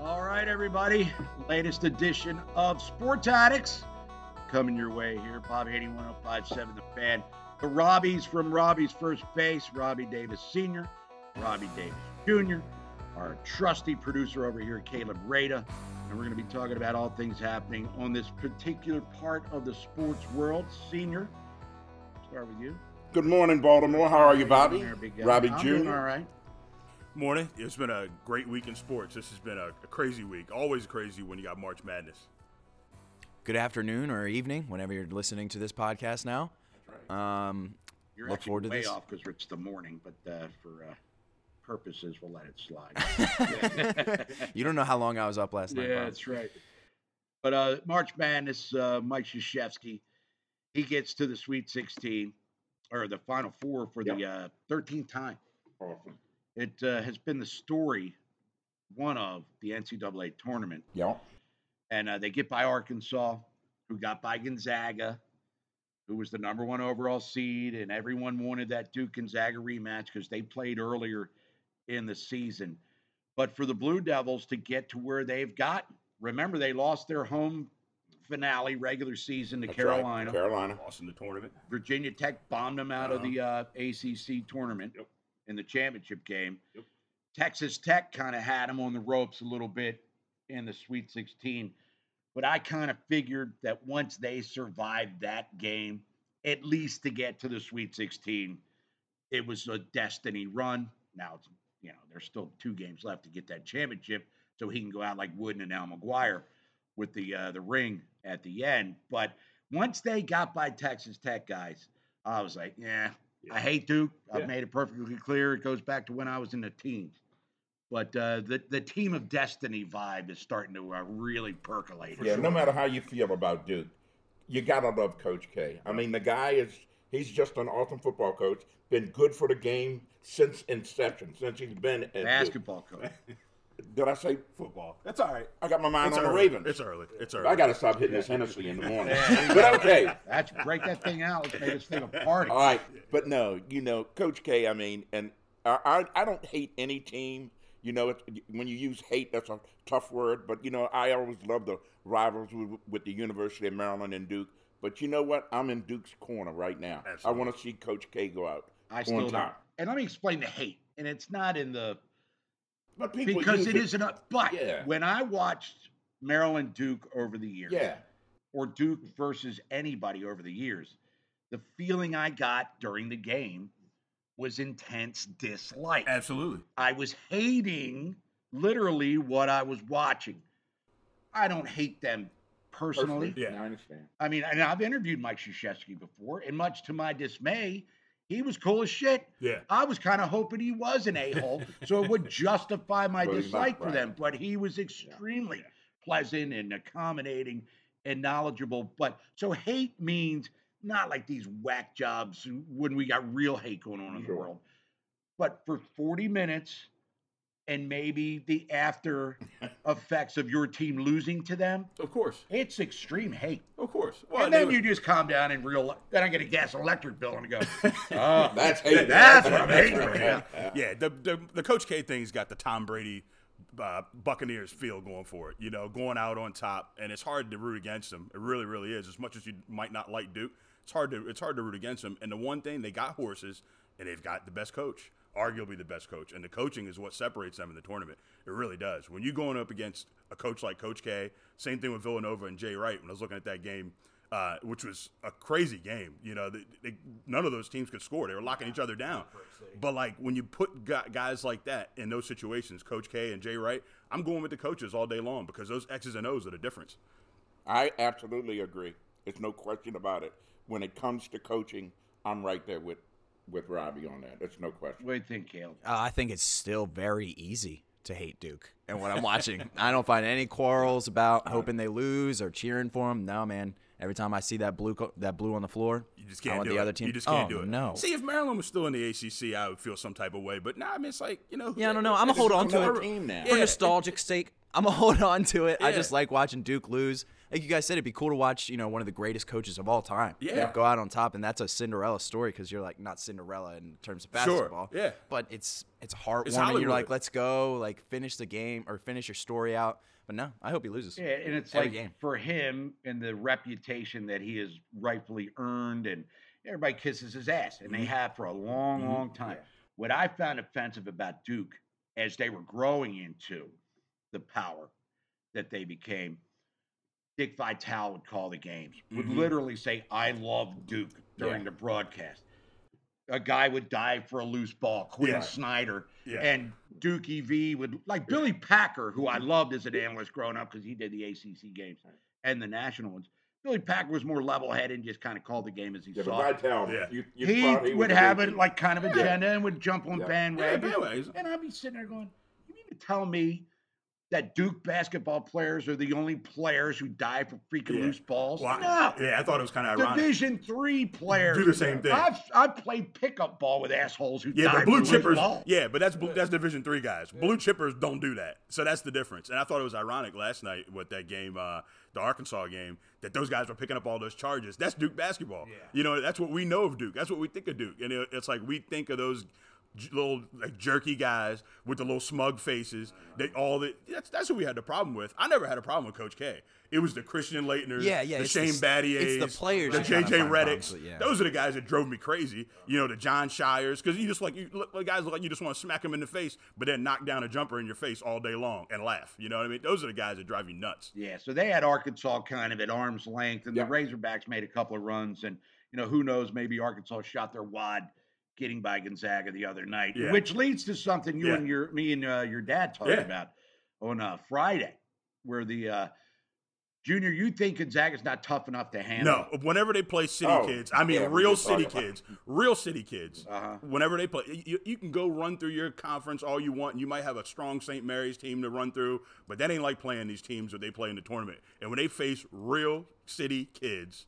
right, everybody. Latest edition of Sports Addicts coming your way here. Bob oh Haney, 1057 The Fan. The Robbies from Robbie's First Base, Robbie Davis Sr., Robbie Davis Jr., our trusty producer over here, Caleb Rada. And we're going to be talking about all things happening on this particular part of the sports world. Senior, start with you. Good morning, Baltimore. How are you, Bobby? There we go. Robbie I'm doing Jr. All right. Morning. It's been a great week in sports. This has been a, a crazy week. Always crazy when you got March Madness. good afternoon or evening, whenever you're listening to this podcast now. Um, You're Look actually forward to way this. off because it's the morning, but uh, for uh, purposes, we'll let it slide. you don't know how long I was up last night. yeah, Bob. that's right. But uh, March Madness, uh, Mike Krzyzewski, he gets to the Sweet 16 or the Final Four for the uh, 13th time. Awesome. It uh, has been the story, one of the NCAA tournament, Yeah. and uh, they get by Arkansas, who got by Gonzaga, who was the number one overall seed, and everyone wanted that Duke Gonzaga rematch because they played earlier in the season. But for the Blue Devils to get to where they've gotten, remember they lost their home finale regular season to That's right. Carolina. Carolina. Lost in the tournament. Virginia Tech bombed them out of Uh-huh. the uh, ACC tournament Yep. in the championship game. Yep. Texas Tech kind of had them on the ropes a little bit in the Sweet 16, but I kind of figured that once they survived that game, at least to get to the Sweet 16, it was a destiny run. Now it's you know there's still two games left to get that championship, so he can go out like Wooden and Al McGuire with the uh, the ring at the end. But once they got by Texas Tech guys, I was like, yeah, I hate Duke. Yeah. I've made it perfectly clear. It goes back to when I was in the teens. But uh, the the team of destiny vibe is starting to uh, really percolate. Yeah, no matter how you feel about Duke, you gotta love Coach K. I mean, the guy is—he's just an awesome football coach. Been good for the game since inception, since he's been at Duke. Basketball coach. Did I say Football. That's all right. I got my mind It's on the early. Ravens? It's early. It's early. I gotta stop hitting this Hennessy in the morning. but okay. That's break that thing out. Let's make this thing a party. All right, but no, you know, Coach K. I mean, and I, I, I don't hate any team. You know, it, when you use hate, that's a tough word. But you know, I always love the rivals with, with the University of Maryland and Duke. But you know what? I'm in Duke's corner right now. Absolutely. I want to see Coach K go out. I on still don't. top. And let me explain the hate. And it's not in the But people because use it isn't. A, but Yeah. when I watched Maryland Duke over the years, Yeah, or Duke versus anybody over the years, the feeling I got during the game was intense dislike. Absolutely. I was hating literally what I was watching. I don't hate them personally. Yeah. I understand. I mean, and I've interviewed Mike Krzyzewski before, and much to my dismay, he was cool as shit. Yeah. I was kind of hoping he was an a hole, so it would justify my Well, he's not, dislike for right. them. But he was extremely pleasant and accommodating and knowledgeable. But so hate means not like these whack jobs when we got real hate going on in the Sure. world, but for 40 minutes and maybe the after effects of your team losing to them, Of course. it's extreme hate. Of course. Oh, And then you just calm down and real. Then I get a gas and electric bill and go, oh, That's hate. that's what I'm hating right Yeah. now. yeah, the, the the Coach K thing's got the Tom Brady uh, Buccaneers feel going for it. You know, going out on top, and it's hard to root against them. It really, really is. As much as you might not like Duke, it's hard to it's hard to root against them. And the one thing they got horses, and they've got the best coach, arguably the best coach, and the coaching is what separates them in the tournament. It really does. When you're going up against a coach like Coach K, same thing with Villanova and Jay Wright. When I was looking at that game. Uh, which was a crazy game. You know, they, they, none of those teams could score. They were locking each other down. But like when you put gu- guys like that in those situations, Coach K and Jay Wright, I'm going with the coaches all day long because those X's and O's are the difference. I absolutely agree. There's no question about it. When it comes to coaching, I'm right there with with Robbie on that. There's no question. What do you think, Caleb? Uh, I think it's still very easy to hate Duke and what I'm watching. I don't find any quarrels about hoping they lose or cheering for them. No, man. Every time I see that blue co- that blue on the floor, You just can't I want do the it. other team. You just can't oh, do it. No. See, if Maryland was still in the ACC, I would feel some type of way. But nah, I mean, it's like you know. yeah, I don't know. I'm gonna It's hold on another to it team now. for nostalgic sake. I'm gonna hold on to it. I Yeah. just like watching Duke lose. Like you guys said, it'd be cool to watch. You know, one of the greatest coaches of all time. you know, Yeah. go out on top, and that's a Cinderella story because you're like not Cinderella in terms of basketball. yeah. But it's it's heartwarming. you're Hollywood. like, let's go, like finish the game or finish your story out. But no, I hope he loses. Yeah, and it's Every like game. for him and the reputation that he has rightfully earned, and everybody kisses his ass, and Mm-hmm. they have for a long, Mhm. long time. What I found offensive about Duke as they were growing into the power that they became, Dick Vitale would call the games, would Mm-hmm. Mhm. literally say, I love Duke during the broadcast. A guy would dive for a loose ball, Quinn Yeah. Snyder. Yeah. And Dookie V would like Billy Packer, who I loved as an analyst growing up because he did the ACC games and the national ones. Billy Packer was more level-headed and just kind of called the game as he Yeah, but saw. by it. town, Yeah. you, you He thought was would a have big- it like kind of agenda and would jump on Yeah. Yeah, bandwagons. anyways, And I'd be sitting there going, "You mean to tell me that Duke basketball players are the only players who die for freaking Yeah. loose balls? Well, I- no, yeah, I thought it was kind of ironic. Division three players Do the same thing. I've I've played pickup ball with assholes who Yeah, die but for blue loose chippers. balls. Yeah, but that's blue, that's Division Three guys. Blue chippers don't do that, so that's the difference. And I thought it was ironic last night with that game, uh, the Arkansas game, that those guys were picking up all those charges. That's Duke basketball. You know, that's what we know of Duke. That's what we think of Duke. And it, it's like we think of those j- little like jerky guys with the little smug faces. They all the, that's that's who we had the problem with. I never had a problem with Coach K. It was the Christian Leitners, Yeah, yeah, the it's Shane the- it's the Battiers, players the you kinda JJ find problems Reddicks. with, yeah. Those those are the guys that drove me crazy. You know, the John Shires, because you just like you look, like guys look like you just want to smack them in the face, but then knock down a jumper in your face all day long and laugh. You know what I mean? Those are the guys that drive you nuts. Yeah, so they had Arkansas kind of at arm's length, and Yeah. the Razorbacks made a couple of runs, and you know who knows, maybe Arkansas shot their wad getting by Gonzaga the other night, Yeah. which leads to something you Yeah. and your me and uh, your dad talked Yeah. about on uh, Friday, where the uh, junior, you think Gonzaga's not tough enough to handle? No, whenever they play city Oh, kids, I mean yeah, we real were city talking about- kids, real city kids. Uh-huh. Whenever they play, you, you can go run through your conference all you want. and You might have a strong St. Mary's team to run through, but that ain't like playing these teams that they play in the tournament. And when they face real city kids,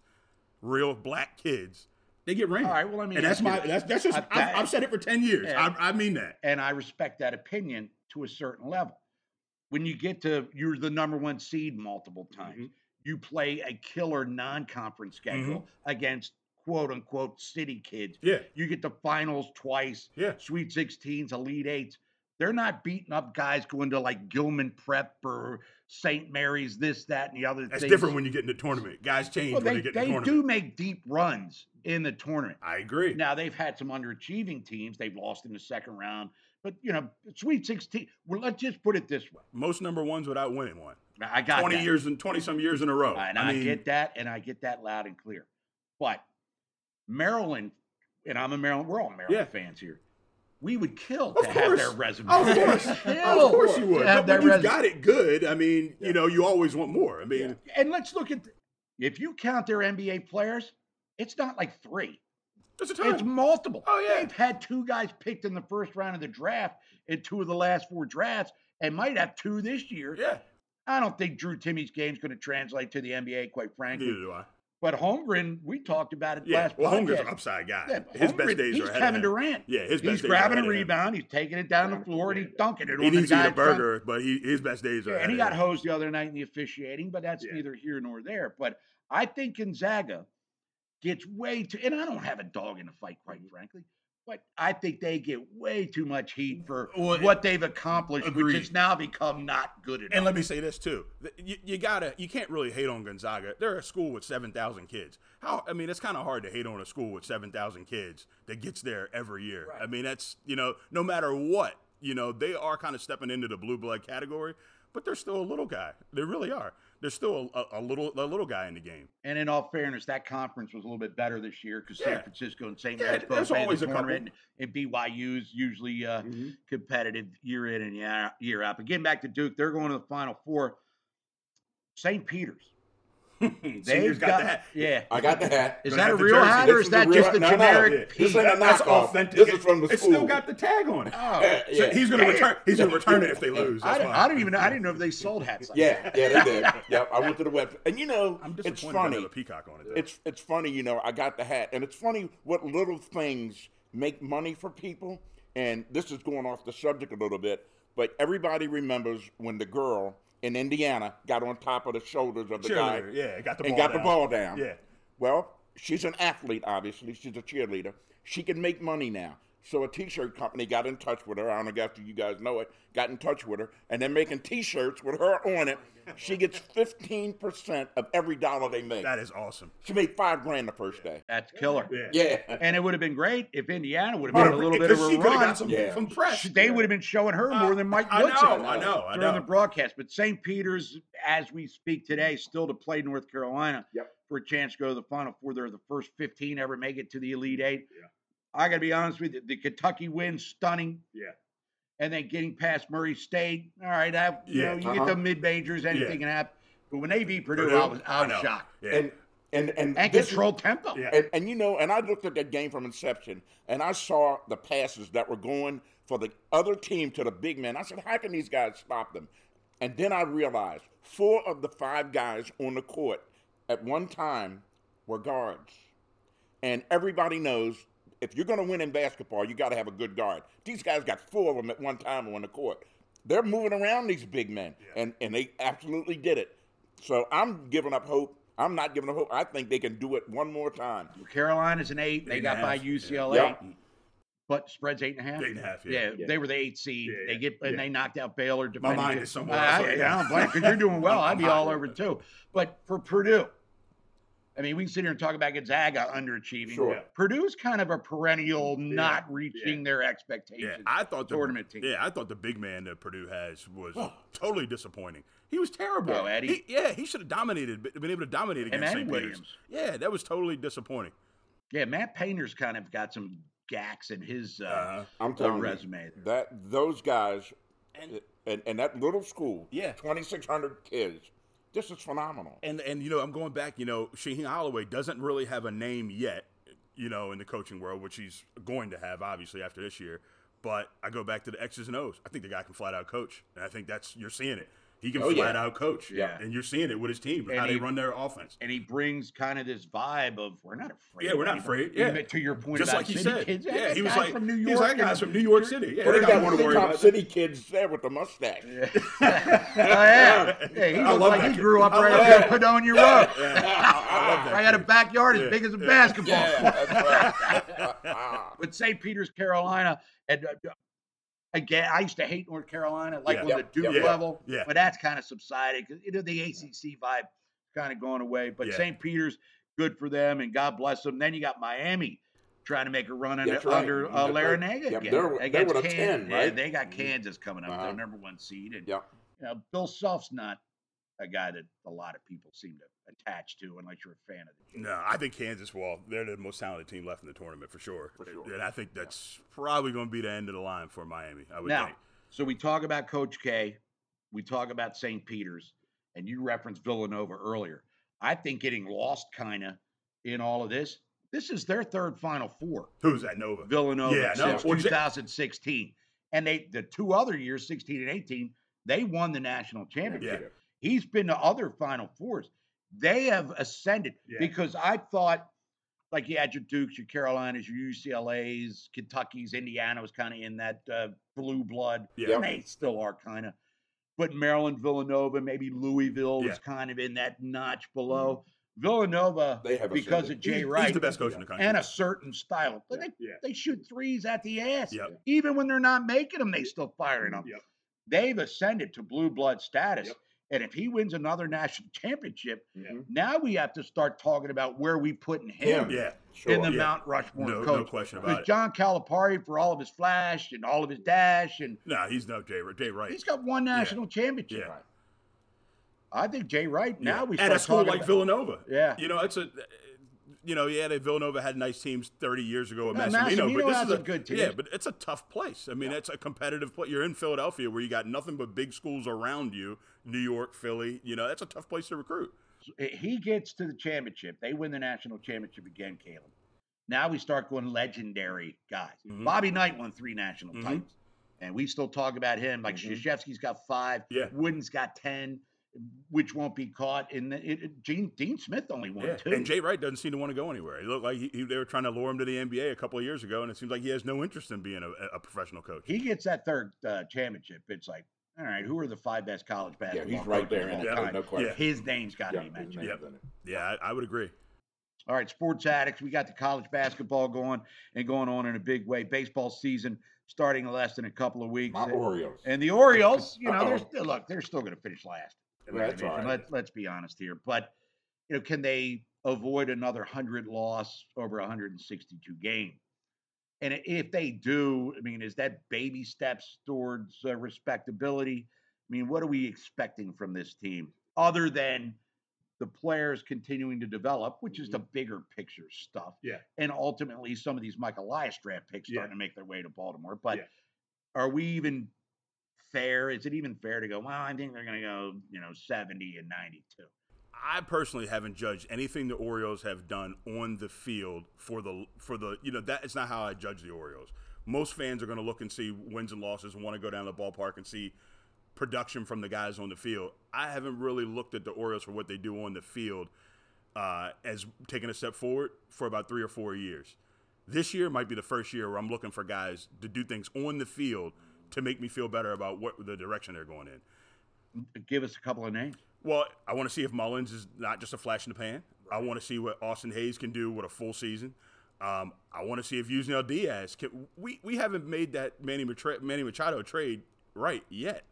real black kids, they get ran. All right, well, let me and that's ask you my this. that's that's just I- I've, I've said it for ten years. Yeah. I, I mean that. and I respect that opinion to a certain level. When you get to you're the number one seed multiple times, Mm-hmm. you play a killer non-conference schedule against quote unquote city kids. Yeah, You get to finals twice, yeah, Sweet 16s, Elite Eights. They're not beating up guys going to like Gilman Prep or St. Mary's, this, that, and the other. that's things. different when you get in the tournament. Guys change Well, when they, they get in the they tournament. do make deep runs in the tournament. I agree. Now they've had some underachieving teams. They've lost in the second round, but you know, Sweet Sixteen. Well, let's just put it this way. Most number ones without winning one. I got Twenty that. years and twenty some years in a row. and I, I mean, get that, and I get that loud and clear. But Maryland, and I'm a Maryland. We're all Maryland Yeah. fans here. We would kill Of to have their course. resume. Oh, of course, Kill of course you would. to have But when their resume. you got it good, I mean, you know, you always want more. I mean, And let's look at if you count their NBA players, it's not like three. there's a It's time. multiple. Oh, yeah. They've had two guys picked in the first round of the draft in two of the last four drafts and might have two this year. yeah, I don't think Drew Timmy's game's going to translate to the NBA, quite frankly. neither do I. But Holmgren, we talked about it Yeah, last well, Holmgren's an podcast. upside guy. Yeah, his Holmgren, best days he's are ahead Kevin of him. Durant. Yeah, his best He's days are grabbing a ahead of him. rebound. He's taking it down the floor and he's dunking it on He the needs to eat a guy's front burger, but he, his best days are. yeah, and he got ahead of him. hosed the other night in the officiating, but that's Yeah. neither here nor there. But I think Gonzaga gets way too, and I don't have a dog in the fight, quite Mm-hmm. frankly. But I think they get way too much heat for Well, what they've accomplished, which has agreed. now become not good enough. And let me say this too: Th- you, you gotta, you can't really hate on Gonzaga. They're a school with seven thousand kids. How? I mean, it's kind of hard to hate on a school with seven thousand kids that gets there every year. I mean, that's you know, no matter what, you know, they are kind of stepping into the blue blood category, but they're still a little guy. They really are. They're still a, a, a little, a little guy in the game. And in all fairness, that conference was a little bit better this year because Yeah. San Francisco and St. Yeah, Mary's both there's made always the a couple. Mm-hmm. tournament, and BYU's usually uh, competitive year in and year out- year out. But getting back to Duke, they're going to the Final Four. St. Peter's, Senior's they've got that. yeah. I got the hat. Is Gonna that a have the real jersey. hat This or is is the that real- just a no, no, generic This piece? ain't a That's knockoff. authentic. This is from the it's school. still got the tag on it. Oh, So yeah. he's gonna Damn. return. He's gonna return it if they lose. I, That's don't- why. I don't even. I didn't know if they sold hats. Like yeah, yeah, they did. Yep, I went to the website, and you know, I'm it's disappointed. It's funny. have a peacock on it. Though. It's it's funny, you know. I got the hat, and it's funny what little things make money for people. And this is going off the subject a little bit, but everybody remembers when the girl in Indiana got on top of the shoulders of the guy Cheerleader, yeah, got the and ball got the down. ball down. Yeah. Well, she's an athlete, obviously. She's a cheerleader. She can make money now. So a T-shirt company got in touch with her. I don't know if you guys know it. Got in touch with her, and they're making T-shirts with her on it. She gets fifteen percent of every dollar they make. That is awesome. She made five grand the first day. That's killer. Yeah, And it would have been great if Indiana would have made a little bit of a she could have run. got some, Yeah. some press. They would have been showing her more than Mike Uh, I Woodson. know, I know, I during the know. broadcast. But St. Peter's, as we speak today, still to play North Carolina Yep. for a chance to go to the Final Four. They're the first 15 ever make it to the Elite Eight. I got to be honest with you, the Kentucky win, stunning. Yeah. And then getting past Murray State. All right, I, you Yeah. know, you get Uh-huh. the mid majors, anything can happen. But when they beat Purdue, Purdue, I was, I I was know. shocked. Yeah. and and and, And this is- controlled tempo. Yeah. And, and you know, and I looked at that game from inception, and I saw the passes that were going for the other team to the big man. I said, "How can these guys stop them?" And then I realized four of the five guys on the court at one time were guards, and everybody knows if you're going to win in basketball, you got to have a good guard. These guys got four of them at one time on the court. They're moving around these big men, and and they absolutely did it. So I'm giving up hope. I'm not giving up hope. I think they can do it one more time. Carolina's an eight. They Eight and got a by half. UCLA. Yeah. But spreads eight and a half. Eight and a half, yeah. they were the eight seed. Yeah, They yeah, get and yeah. they knocked out Baylor. defending mind cha- is somewhere I, else right I- I now. don't blame because you're doing well. I'd be I'm all hot. over it, too. But for Purdue, I mean, we can sit here and talk about Gonzaga underachieving. Sure. Yeah. Purdue's kind of a perennial not reaching their Yeah, expectations. I thought the tournament team. Yeah, I thought the big man that Purdue has was totally disappointing. He was terrible. Oh, Eddie. He- yeah, he should have dominated, be- been able to dominate against and St. Peter's. Williams. Yeah, that was totally disappointing. Yeah, Matt Painter's kind of got some gaps in his uh, Uh, I'm uh, telling you, resume. Um, that those guys And- and, and that little school, Yeah. 2,600 kids, this is phenomenal. and and you know, I'm going back. You know, Shaheen Holloway doesn't really have a name yet. You know, in the coaching world, which he's going to have obviously after this year. But I go back to the X's and O's. I think the guy can flat out coach, and I think that's you're seeing it. He can Oh, yeah. flat out coach, Yeah. and you're seeing it with his team And how he- they run their offense. And he brings kind of this vibe of we're not afraid. Yeah, we're of not anyone." afraid. Even Yeah. to your point Just about like he city said. kids. Yeah, that he was guy's like, from New York. he was like, and- guys from New York City. Yeah, But they they got got more to one of the worry top about. city kids there with the mustache. Oh, yeah. Yeah, he I looked love like that he kid. grew up I right love up here in Padonia Road. I love that I got a kid. backyard as Yeah. big as a basketball court. That's right. But St. Peter's, Carolina, and uh, again, I used to hate North Carolina, like Yeah. on Yep, the Duke yep, level. yeah. But that's kind of subsided 'cause, you know the ACC vibe kind of going away. But Yeah. St. Peter's, good for them, and God bless them. Then you got Miami. Trying to make a run under, That's right. under uh, That's right. Larinaga Yep, again. they were- they against were the 10, Kansas. Yeah, right? they got Mm-hmm. Kansas coming up, Uh-huh. their number one seed. And Yep. you know, Bill Self's not a guy that a lot of people seem to attach to unless you're a fan of the team. No, I think Kansas. Well, they're the most talented team left in the tournament for sure. For sure. And I think that's probably going to be the end of the line for Miami. I would Now, think. So we talk about Coach K, we talk about St. Peter's, and you referenced Villanova earlier. I think getting lost kind of in all of this. This is their third Final Four, Who's that Nova? Villanova Yeah, no, since well, J- 2016, and they the two other years, 16 and 18, they won the national championship. yeah. He's been to other Final Fours. They have ascended Yeah. because I thought, like you had your Dukes, your Carolinas, your UCLA's, Kentucky's, Indiana was kind of in that uh, blue blood. Yeah. And they still are kind of. But Maryland, Villanova, maybe Louisville Yeah. Mm-hmm. was kind of in that notch below. Villanova, They have because of ascended. Jay he's, Wright he's the best coach in the country. and a certain style. But they, Yeah. they shoot threes at the ass. Yep. Even when they're not making them, they still firing them. Yep. They've ascended to blue blood status. Yep. And if he wins another national championship, Mhm. now we have to start talking about where we putting him Him, yeah, Sure. in the Yeah. Mount Rushmore no, of no coach. question Because about it. John Calipari, for all of his flash and all of his dash, and No, he's no Jay, Jay Wright. he's got one national championship. Yeah. I think Jay Wright. Now Yeah. we at start a school talking like about- Villanova. Yeah. you know it's a. You know, yeah, they, Villanova had nice teams 30 years ago at Yeah, Massimino, Massimino but this had is a some good Yeah, teams. but it's a tough place. I mean, it's a competitive place. You're in Philadelphia where you got nothing but big schools around you, New York, Philly. You know, that's a tough place to recruit. he gets to the championship. They win the national championship again, Caleb. Now we start going legendary guys. Mhm. Bobby Knight won three national Mhm. titles, and we still talk about him. Like Mhm. Krzyzewski's got five, Mm-hmm. Yeah. Wooden's got ten, which won't be caught. And then it, it- Gene, Dean Smith only won two. And Jay Wright doesn't seem to want to go anywhere. He looked like he, he- they were trying to lure him to the NBA a couple of years ago, and it seems like he has no interest in being a, a professional coach. he gets that third uh, championship. It's like, all right, who are the five best college Yeah, basketball? he's right coaches there of in it. all Yeah, time? no question. Yeah. His name's got to Yeah, be his mentioned. name's Yep. in it. yeah, I, I would agree. All right, sports addicts, we got the college basketball going and going on in a big way. Baseball season starting in less than a couple of weeks. My And- Orioles. And the Orioles, you know, they're Uh-oh. still look, they're still going to finish last. in the That's division. all right. Let, let's be honest here, but you know, can they avoid another hundred loss over 162 game? And i- if they do, I mean, is that baby steps towards uh, respectability? I mean, what are we expecting from this team other than the players continuing to develop, which is the bigger picture stuff? Yeah. And ultimately, some of these Michael Elias draft picks Yeah. starting to make their way to Baltimore. But Yeah. are we even fair? Is it even fair to go, well, I think they're going to go, you know, 70 and 92? I personally haven't judged anything the Orioles have done on the field for the for the you know that is not how I judge the Orioles. Most fans are going to look and see wins and losses and want to go down to the ballpark and see production from the guys on the field. I haven't really looked at the Orioles for what they do on the field uh, as taking a step forward for about three or four years. This year might be the first year where I'm looking for guys to do things on the field to make me feel better about what the direction they're going in. Give us a couple of names. Well, I want to see if Mullins is not just a flash in the pan. I want to see what Austin Hayes can do with a full season. Um, I want to see if Yuznel Diaz can. We, we haven't made that Manny, Matra- Manny Machado trade right yet.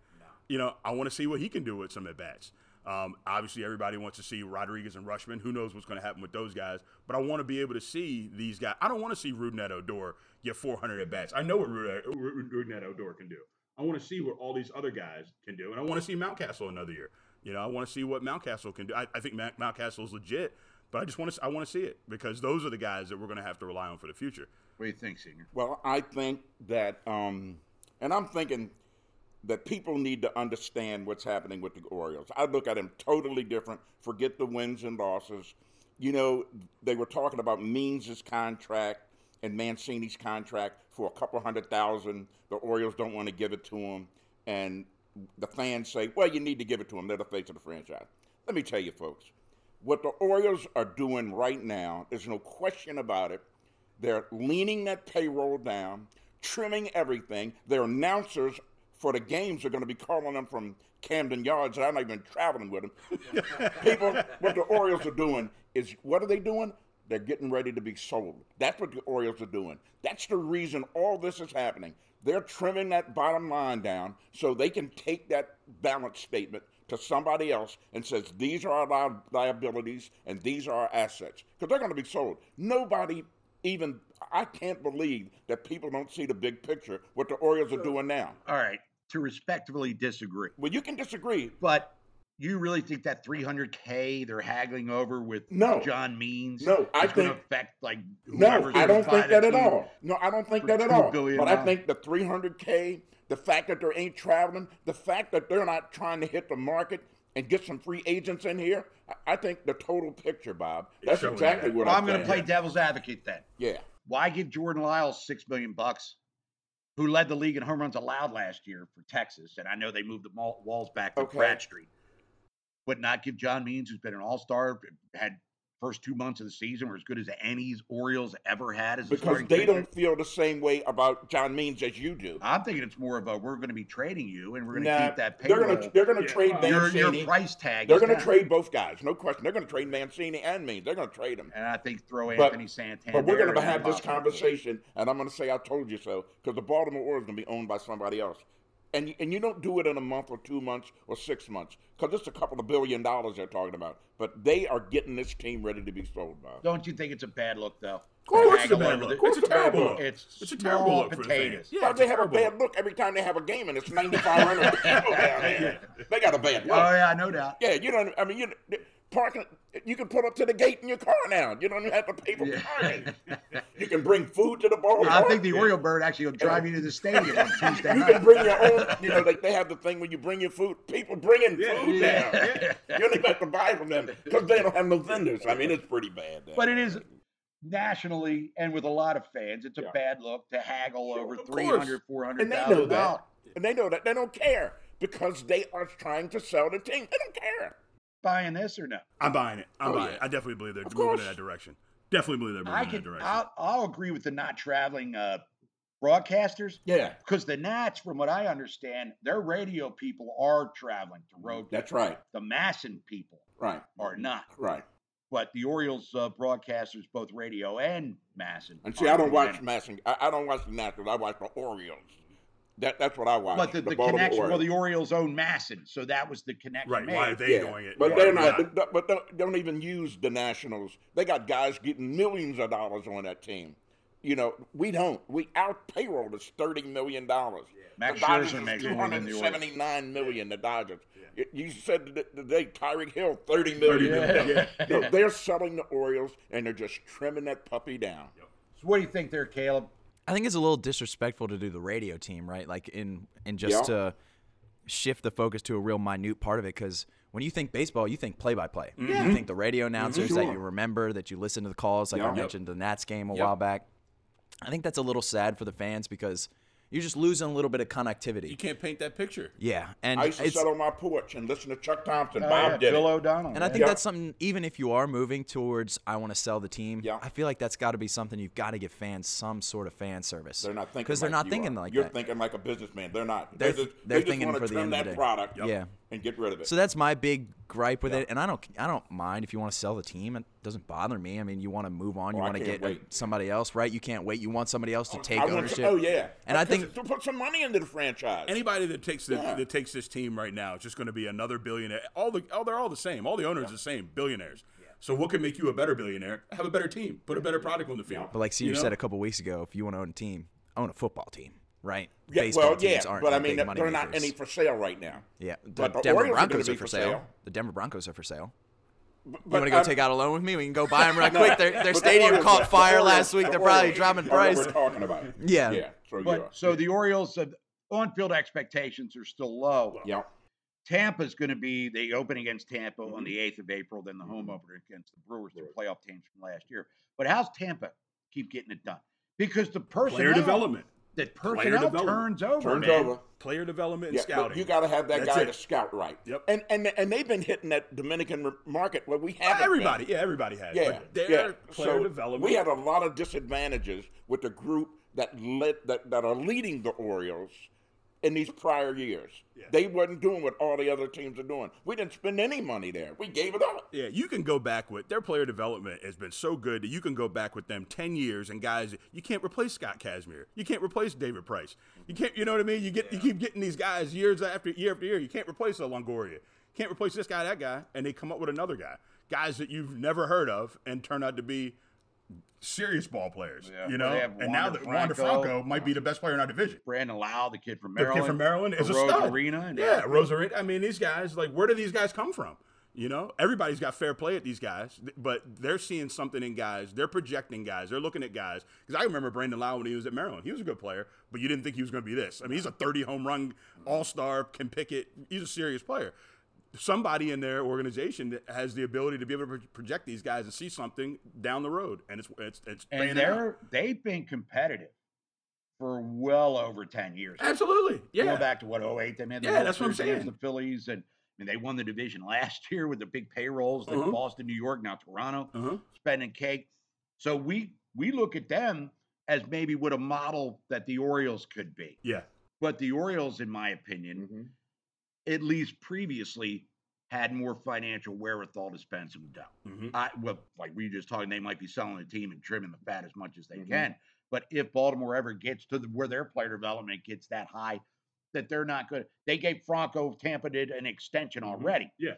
You know, I want to see what he can do with some at bats. Um, obviously, everybody wants to see Rodriguez and Rushman. Who knows what's going to happen with those guys? But I want to be able to see these guys. I don't want to see Rudnett Odor get 400 at bats. I know what Ru- Ru- Ru- Rudnett Odor can do. I want to see what all these other guys can do, and I want to see Mountcastle another year. You know, I want to see what Mountcastle can do. I, I think Mount, Mountcastle's legit, but I just want to I want to see it because those are the guys that we're going to have to rely on for the future. What do you think, Senior? Well, I think that, um, and I'm thinking that people need to understand what's happening with the Orioles. I look at them totally different. Forget the wins and losses. You know, they were talking about Means' contract and Mancini's contract for a couple hundred thousand. The Orioles don't want to give it to him, and the fans say, "Well, you need to give it to him. They're the face of the franchise." Let me tell you, folks, what the Orioles are doing right now, there's no question about it. They're leaning that payroll down, trimming everything. Their announcers for the games are going to be calling them from Camden Yards, and I'm not even traveling with them. People, what the Orioles are doing is what are they doing? They're getting ready to be sold. That's what the Orioles are doing. That's the reason all this is happening. They're trimming that bottom line down so they can take that balance statement to somebody else and says these are our li- liabilities and these are our assets because they're going to be sold. Nobody even I can't believe that people don't see the big picture what the Orioles are doing now. All right, to respectfully disagree. Well, you can disagree. But you really think that 300K they're haggling over with No. John Means No, I is going to think- affect like No, whoever's I gonna don't buy think the that at team? all. No, I don't think for that at $2 all. billion But I think the 300K, the fact that they ain't traveling, the fact that they're not trying to hit the market and get some free agents in here, I- I think the total picture, Bob. That's showing exactly that. what Well, I'm I'm going to saying. play devil's advocate then. Yeah. Why give Jordan Lyles six million bucks, who led the league in home runs allowed last year for Texas? And I know they moved the mall- walls back to Okay. Bradstreet, but not give John Means, who's been an All Star, had first two months of the season were as good as any Orioles ever had as a Because starting they pitcher. don't feel the same way about John Means as you do. I'm thinking it's more of a we're going to be trading you, and we're going to Nah, keep that they're payroll. going to they're going to Yeah. trade You're- your, Mancini. your price tag. They're is going to down. trade both guys, no question. They're going to trade Mancini and Means. They're going to trade them. and I think throw But- Anthony Santana. But we're going there to and have this possibly- conversation, and I'm going to say I told you so, because the Baltimore Orioles going to be owned by somebody else. And, and you don't do it in a month or two months or six months, because it's a couple of billion dollars they're talking about. But they are getting this team ready to be sold, Bob. Don't you think it's a bad look though? Of course it's a bad look. It's a terrible look. It's, It's a terrible small look for the potatoes. fans. Yeah, Bob, it's they have a terrible bad look every time they have a game, and it's 95 running people down there. They got a bad look. Oh yeah, no doubt. Yeah, you don't. I mean, you parking. You can pull up to the gate in your car now. You don't even have to pay for Yeah. parking. you can bring food to the Oh, ballpark. I think the Oriole bird actually will drive you to the stadium on Tuesday you can night. bring your own. You know, like they have the thing when you bring your food. People bringing food Yeah. now. You don't even have to buy from them because they don't have no vendors. I mean, it's pretty bad. Now. But it is nationally and with a lot of fans, it's a Yeah. bad look to haggle over of course. 300 400 and they know thousand dollars. that, and they know that they don't care because they are trying to sell the team. They don't care. Buying this or no? I'm buying it. I'm Oh, buying yeah. it. I definitely believe they're Of moving course. in that direction. Definitely believe they're moving I in that can. direction. I'll, I'll agree with the not traveling uh, broadcasters Yeah, because the Nats, from what I understand, their radio Mm-hmm. people are traveling to road. that's right. The Masson people Right, are not. right. But the Orioles uh, broadcasters, both radio and Masson. And see, I don't watch Massing. I, I don't watch the Nationals. I watch the Orioles. That, that's what I watch. But the, the, Baltimore connection, well, Orioles. the Orioles own Masson, so that was the connection. Right. made. Why are they Yeah, doing it? But Why they're are we not. th- But don't, don't even use the Nationals. They got guys getting millions of dollars on that team. You know, we don't. We our payroll is thirty million dollars. Max the Dodgers Scherzer is makes two more than hundred the seventy-nine million. The Dodgers. Y- You said th- today, Tyreek Hill, thirty 30 million. million, yeah. No, they're selling the Orioles, and they're just trimming that puppy down. So what do you think there, Caleb? I think it's a little disrespectful to do the radio team, right? Like in and just Yeah. to shift the focus to a real minute part of it because when you think baseball, you think play by play. Mm-hmm. You think the radio announcers that you remember, that you listen to the calls, like Yeah. I Yep. mentioned the Nats game a while back. I think that's a little sad for the fans because you're just losing a little bit of You connectivity. can't paint that picture. Yeah, and I used to it's, sit on my porch and listen to Chuck Thompson. Oh, Bob yeah, did Bill it. O'Donnell. And I yeah. think Yeah. that's something. Even if you are moving towards, I want to sell the team. Yeah. I feel like that's got to be something you've got to give fans some sort of fan service. They're not thinking because they're like not you thinking are. like you're that. thinking like a businessman. They're not. They're- They just, they're they just thinking want for to the trim end of that the day. product Yep. Yeah. and get rid of it. So that's my big gripe with it, and I don't, I don't mind if you want to sell the team. It doesn't bother me. I mean, you want to move on, you Oh, I want to can't get uh, wait. somebody else, right? You can't wait. You want somebody else to take I want ownership. to, oh yeah, And I Because think- to put some money into the franchise. Anybody that takes the, Yeah. that takes this team right now is just going to be another billionaire. All the all they're all the same. All the owners are the same billionaires. So what can make you a better billionaire? Have a better team. Put a better product on the field. But like Senior You know? said a couple weeks ago, if you want to own a team, own a football team, right? yeah, Baseball well, yeah, teams aren't but I big mean, they're money not makers. any for sale right now. Yeah, the but the Denver Orioles are gonna Broncos be are for for sale. sale. The Denver Broncos are for sale. But, You want to go take out a loan with me? We can go buy them right quick. Their, their but the stadium Orioles- caught the fire Orioles- last week. the They're probably Orioles dropping are what price. We're talking about. Yeah. yeah. So you are. But so the Orioles have on-field expectations are still low. yeah, Tampa's going to be they open against Tampa on Mm-hmm. the eighth of April, then the home opener against the Brewers, their playoff teams from last year. But how's Tampa keep getting it done? Because the personnel, player development, the personnel development. turns over. turns man. over. player development, and Yeah, but scouting. you got to have that That's guy it. to scout right. Yep. And and and they've been hitting that Dominican market where we have Well, everybody. Yeah, everybody has. Yeah, But their yeah. player so development. We had a lot of disadvantages with the group that led that, that are leading the Orioles in these prior years. They wasn't doing what all the other teams are doing. We didn't spend any money there. We gave it up. Yeah, you can go back with their player development has been so good that you can go back with them ten years and guys you can't replace Scott Kazmir. You can't replace David Price. You can't you know what I mean? You get you keep getting these guys years after year after year. You can't replace a Longoria. Can't replace this guy, that guy, and they come up with another guy. Guys that you've never heard of and turn out to be serious ball players. Yeah. Well, You know? they have and now Wander that Wander Franco. Franco might be the best player in our division. Brandon Lau, the kid from The Maryland, kid from Maryland is a Arroyo stud. Arena, and yeah, Rosarena. I mean, these guys, like, where do these guys come from? You know, everybody's got fair play at these guys, th- but they're seeing something in guys. They're projecting guys. They're looking at guys. Because I remember Brandon Lau when he was at Maryland. He was a good player, but you didn't think he was going to be this. I mean, he's a 30 home run all star, can pick it. He's a serious player. Somebody in their organization that has the ability to be able to pro- project these guys and see something down the road, and it's it's it's and paying out. they're they've been competitive for well over ten years. absolutely yeah. Going back to what 08, they made the Yeah, World that's what I'm Series against saying. The Phillies and I mean they won the division last year with the big payrolls like Uh-huh. Boston, New York, now Toronto, Uh-huh. spending cake. So we we look at them as maybe what a model that the Orioles could be. Yeah, But the Orioles, in my opinion, Mm-hmm. at least previously had more financial wherewithal to spend some dough. Mhm. I well, like we were just talking, they might be selling the team and trimming the fat as much as they Mm-hmm. Mhm. can. But if Baltimore ever gets to the, where their player development gets that high, that they're not good. They gave Franco Tampa did an extension already. Mm-hmm. Yeah.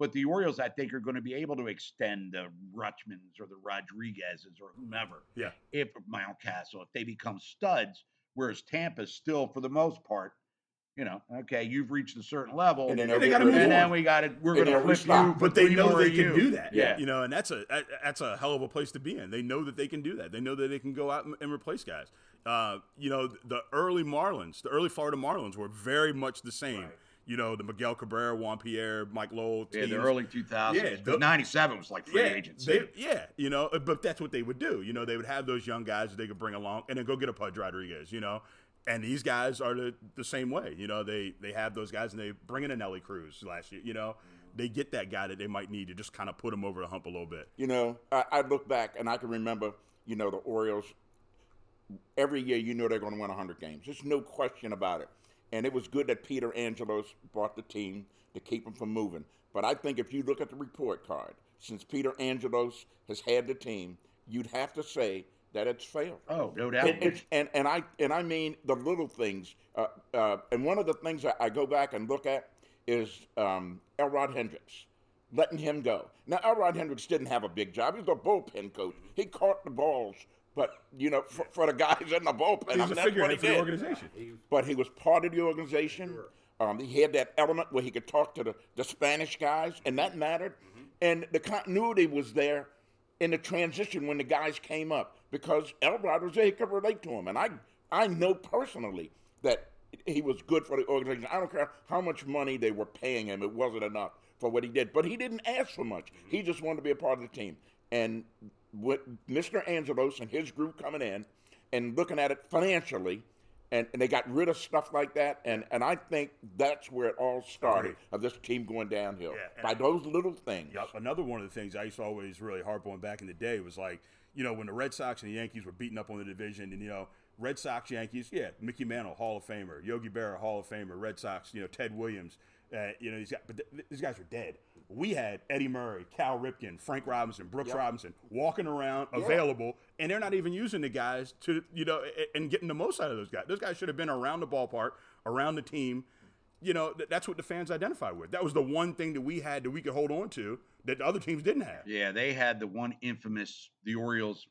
But the Orioles, I think, are going to be able to extend the Rutschmans or the Rodriguezes or whomever. Yeah. If Mountcastle, if they become studs, whereas Tampa's still, for the most part, you know, okay, you've reached a certain level, And and, then, then they'll they get gotta rid move of on. it. we got it. We're And going to they'll flip restock. you, but they we know were they can you. do that. Yeah. you know, and that's a that- that's a hell of a place to be in. They know that they can do that. They know that they can go out and, and replace guys. Uh, you know, the early Marlins, the early Florida Marlins, were very much the same. You know, the Miguel Cabrera, Juan Pierre, Mike Lowell, Yeah, the teams. early 2000s. Yeah, the- 97 was like free yeah, agency. they- yeah, you know, uh, but that's what they would do. You know, they would have those young guys that they could bring along, and then go get a Pudge Rodriguez. You know, and these guys are the, the same way. You know, they they have those guys, and they bring in an Nelly Cruz last year. You know, they get that guy that they might need to just kind of put him over the hump a little bit. You know, I, I look back and I can remember. You know, the Orioles. Every year, you know they're going to win 100 games. There's no question about it. And it was good that Peter Angelos bought the team to keep them from moving. But I think if you look at the report card, since Peter Angelos has had the team, you'd have to say that it's failed. Oh, no doubt. And, it's- and, and I and I mean the little things. Uh, uh, and one of the things I, I go back and look at is um, Elrod Hendricks, letting him go. Now Elrod Hendricks didn't have a big job. He was a bullpen coach. He caught the balls, but you know, for, for the guys in the bullpen, I He's mean, a that's what he figurehead for the did organization. but he was part of the organization. Um, he had that element where he could talk to the, the Spanish guys, and that mattered. And the continuity was there in the transition when the guys came up because Elrod was there, he could relate to him. And I, I know personally that he was good for the organization. I don't care how much money they were paying him, it wasn't enough for what he did. But he didn't ask for much, he just wanted to be a part of the team. And with Mr. Angelos and his group coming in and looking at it financially, and, and they got rid of stuff like that. And, and I think that's where it all started of this team going downhill Yeah, and by I- those little things. Yep. Another one of the things I used to always really harp on back in the day was like, you know, when the Red Sox and the Yankees were beating up on the division, and you know, Red Sox, Yankees, yeah, Mickey Mantle, Hall of Famer, Yogi Berra, Hall of Famer, Red Sox, you know, Ted Williams, uh, you know, these guys, but th- these guys were dead. We had Eddie Murray, Cal Ripken, Frank Robinson, Brooks Robinson walking around available, and they're not even using the guys to, you know, a- and getting the most out of those guys. Those guys should have been around the ballpark, around the team, you know, th- that's what the fans identified with. That was the one thing that we had that we could hold on to that the other teams didn't have. Yeah, they had the one infamous the Orioles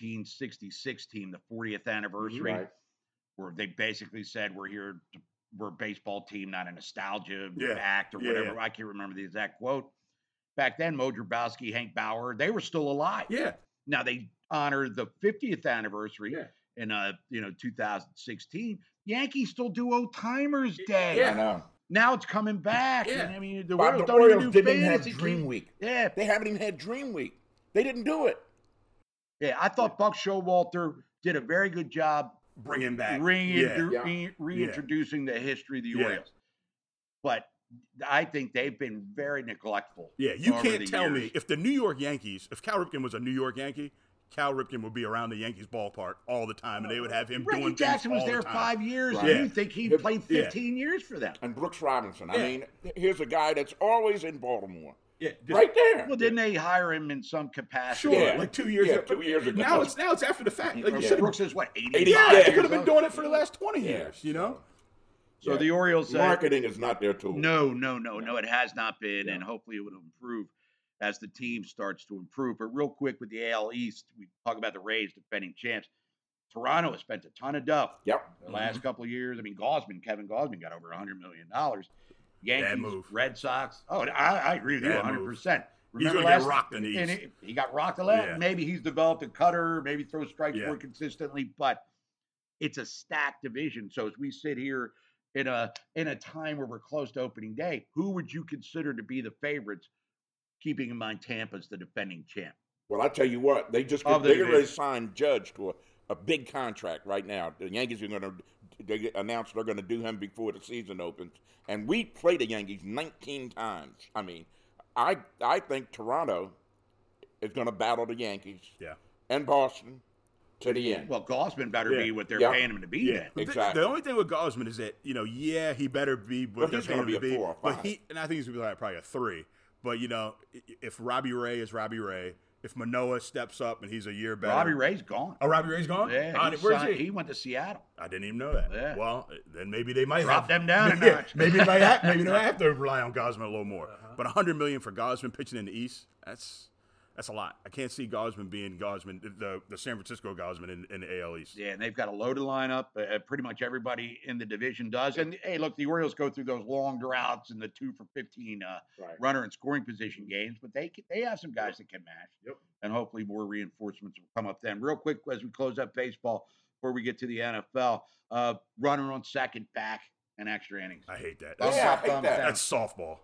1966 team, the 40th Mm-hmm. anniversary, Right. where they basically said we're here to, we're a baseball team, not a nostalgia Yeah, act or yeah, whatever. yeah. I can't remember the exact quote. Back then, Mo Drabowski, Hank Bauer, they were still alive. Yeah. Now they honored the 50th anniversary Yeah. in uh, you know 2016. Yankees still do old timers day. I know. Now it's coming back. Yeah. And, I mean the Bob, Orioles the don't even Orioles do didn't even have fantasy team- Dream Week. Yeah, They haven't even had Dream Week. They didn't do it. Yeah, I thought Buck Showalter did a very good job Bringing back. reintrodu- Yeah. re- reintroducing the history of the Yeah. Orioles. But I think they've been very neglectful. Yeah. You over the can't tell me years. if the New York Yankees, if Cal Ripken was a New York Yankee, Cal Ripken would be around the Yankees ballpark all the time and they would have him Reggie doing Jackson was things all there the time. five years. Right. And Yeah. you think he Yeah. played Yeah. 15 years for them? And Brooks Robinson. I Yeah. mean, here's a guy that's always in Baltimore. Yeah. just- Right there. Well, didn't they hire him in some capacity? Sure. Yeah. Like two years Yeah, ago. two years ago. Now it's now it's after the fact. Like Or you Yeah. should have Brooks is what, 85? yeah, Yeah. you could have been doing it for the last twenty Yeah. years, you know? So Yeah. the Orioles uh, Marketing is not their tool. No, no, no, no. It has not been, Yeah. and hopefully it will improve as the team starts to improve. But real quick with the AL East, we talk about the Rays defending champs. Toronto has spent a ton of dough Yep. Mm-hmm. the last couple of years. I mean, Gosman, Kevin Gosman got over hundred million dollars. Bad Yankees, move. Red Sox. Oh, I, I agree with you Bad one hundred percent. He's Remember gonna last get rocked in the and East. he, he got rocked a lot. Yeah. Maybe he's developed a cutter, maybe throws strikes Yeah. more consistently, but it's a stacked division. So as we sit here in a in a time where we're close to opening day, who would you consider to be the favorites? Keeping in mind Tampa's the defending champ. Well, I tell you what, they just Of got, the they already division. signed Judge to a, a big contract right now. The Yankees are going to they announce they're going to do him before the season opens, and we play the Yankees 19 times. I mean, I I think Toronto is going to battle the Yankees Yeah. and Boston to the end. Well, Gosman better Yeah. be what they're Yeah. paying him to be. Yeah, Then. But the- Exactly. The, only thing with Gosman is that you know, yeah, he better be what Well, they're he's gonna paying him to be a be. four or But five. he and I think he's gonna be like probably a three. But you know, i- if Robbie Ray is Robbie Ray, if Manoa steps up and he's a year better, Robbie Ray's gone. oh Robbie Ray's gone. Yeah, Oh, he, where's signed- he? he went to Seattle. I didn't even know that. Yeah. Well, then maybe they might Drop have, them down a Maybe, notch. Uh-huh. maybe they might have, maybe they might have to rely on Gosman a little more. But a hundred million for Gosman pitching in the East, that's that's a lot. I can't see Gosman being Gosman, the the San Francisco Gosman in, in the AL East. Yeah, and they've got a loaded lineup. Uh, pretty much everybody in the division does. And hey, look, the Orioles go through those long droughts and the two for fifteen uh, Right. runner and scoring position games, but they can, they have some guys that can match. Yep. And hopefully more reinforcements will come up then. Real quick as we close up baseball before we get to the NFL, uh, runner on second back and extra innings. I hate that. Thumbs That's, Yeah, I up, hate thumbs that. down. that's softball.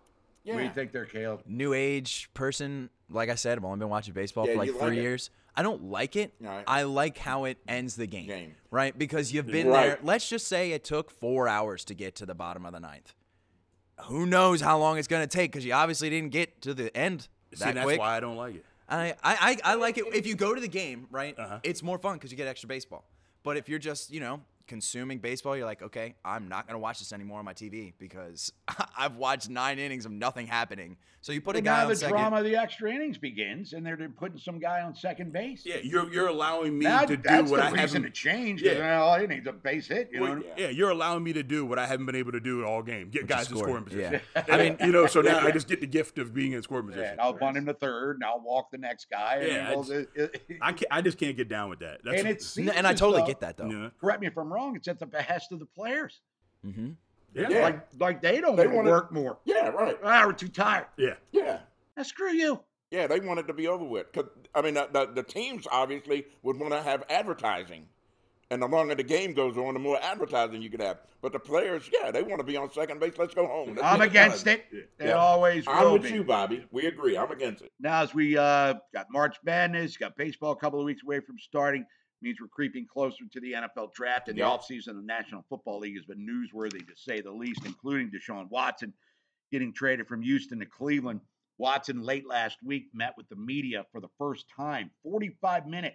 What do you Yeah. think there, Caleb? new age person. Like I said, I've only been watching baseball Yeah, for like you three like it. years. I don't like it. Right. I like how it ends the game, Game. right? Because you've been Right. there. Let's just say it took four hours to get to the bottom of the ninth. Who knows how long it's going to take? Because you obviously didn't get to the end that See, that's quick. why I don't like it. I, I, I, I like it. If you go to the game, right, it's more fun because you get extra baseball. But if you're just, you know, consuming baseball, you're like, okay, I'm not gonna watch this anymore on my TV because I've watched nine innings of nothing happening. So you put a But guy now on the second. drama of the extra innings begins, and they're putting some guy on second base. Yeah, you're you're allowing me That- to do that's what the I reason haven't. to change. Yeah. Yeah. Well, it needs a base hit. You know? Well, what I mean? yeah, you're allowing me to do what I haven't been able to do all game. Get guys in score. scoring position. Yeah. I mean, you know, so now I just get the gift of being in scoring position. And I'll bunt him to third, and I'll walk the next guy. And, Yeah, he goes, it- it- I can't, I just can't get down with that. That's and it's N- and I totally get that though. yeah. Correct me if I'm wrong. It's at the behest of the players. hmm Yeah. Yeah. Like like they don't They want to wanna- work more. Yeah, right. Ah, we're too tired. Yeah. Yeah. Ah, screw you. Yeah, they want it to be over with. 'Cause, I mean, the, the, the teams obviously would want to have advertising. And the longer the game goes on, the more advertising you could have. But the players, yeah, they want to be on second base. Let's go home. Let's I'm get against done. it. They Yeah. always I'm will with be. you, Bobby. We agree. I'm against it. Now, as we uh, got March Madness, got baseball a couple of weeks away from starting, means we're creeping closer to the NFL draft. And the Yeah. offseason of the National Football League has been newsworthy, to say the least, including Deshaun Watson getting traded from Houston to Cleveland. Watson late last week met with the media for the first time, 45 minute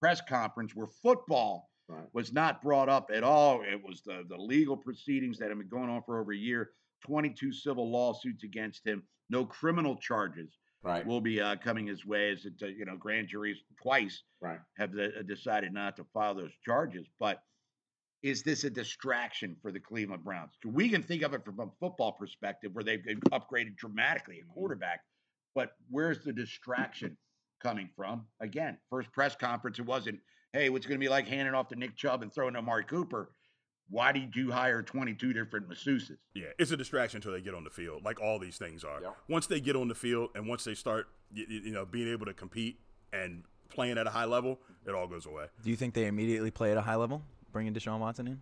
press conference where football Right. was not brought up at all. It was the, the legal proceedings that have been going on for over a year 22 civil lawsuits against him, no criminal charges Right. will be uh, coming his way as it, uh, you know grand juries twice Right. have the, uh, decided not to file those charges but is this a distraction for the cleveland browns we can think of it from a football perspective where they've been upgraded dramatically at quarterback but where's the distraction coming from again first press conference it wasn't hey what's going to be like handing off to nick chubb and throwing to amari cooper why did you hire 22 different masseuses Yeah, it's a distraction until they get on the field, like all these things are. Yeah. Once they get on the field and once they start, you, you know, being able to compete and playing at a high level, it all goes away. Do you think they immediately play at a high level, bringing Deshaun Watson in?